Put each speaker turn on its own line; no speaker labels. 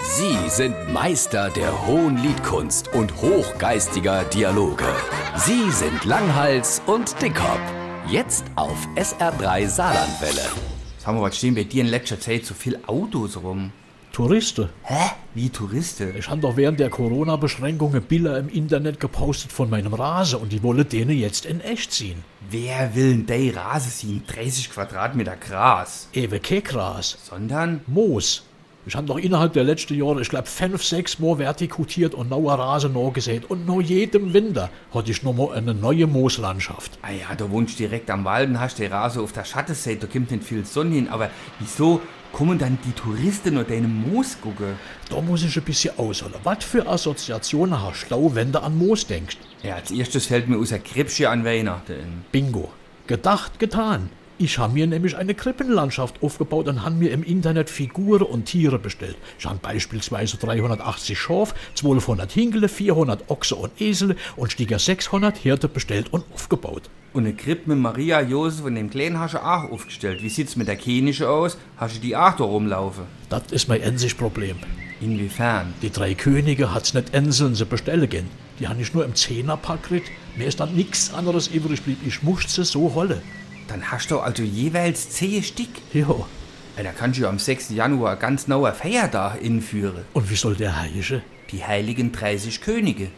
Sie sind Meister der hohen Liedkunst und hochgeistiger Dialoge. Sie sind Langhals und Dickhop. Jetzt auf SR3 Saarlandwelle.
Sag mal, was stehen bei dir in letzter Zeit so viel Autos rum?
Touristen.
Hä? Wie Touristen?
Ich habe doch während der Corona-Beschränkungen Bilder im Internet gepostet von meinem Rasen und die wollen denen jetzt in echt ziehen.
Wer will denn der Rasen ziehen? 30 Quadratmeter Gras.
Ewe Kekras.
Sondern?
Moos. Ich habe doch innerhalb der letzten Jahre, ich glaube, fünf, sechs Mal vertikutiert und neuer Rasen neu gesät. Und nur jedem Winter hatte ich nochmal eine neue Mooslandschaft.
Ah ja, du wohnst direkt am Walden, hast den Rasen auf der Schattenseite, da kommt nicht viel Sonne hin. Aber wieso kommen dann die Touristen nur deinem Moos gucken?
Da muss ich ein bisschen ausholen. Was für Assoziationen hast du, wenn du an Moos denkst?
Ja, als erstes fällt mir unser Krippsche an Weihnachten ein.
Bingo. Gedacht, getan. Ich habe mir nämlich eine Krippenlandschaft aufgebaut und habe mir im Internet Figuren und Tiere bestellt. Ich habe beispielsweise 380 Schaf, 1200 Hinkele, 400 Ochse und Esel und Stieger 600 Hirte bestellt und aufgebaut.
Und eine Krippe mit Maria, Josef und dem Kleinen hast du auch aufgestellt. Wie sieht's mit der Kenische aus? Hast du die auch da rumlaufen?
Das ist mein einzig Problem.
Inwiefern?
Die drei Könige hat's nicht einzeln zu bestellen gehen. Die habe ich nur im Zehnerpack gekriegt. Mir ist dann nichts anderes übrig geblieben. Ich musste sie so holen.
Dann hast du also jeweils 10 Stück.
Jo.
Ja, Da kannst du am 6. Januar ganz neuer Feiertag inführen.
Und wie soll der heißen?
Die heiligen 30 Könige.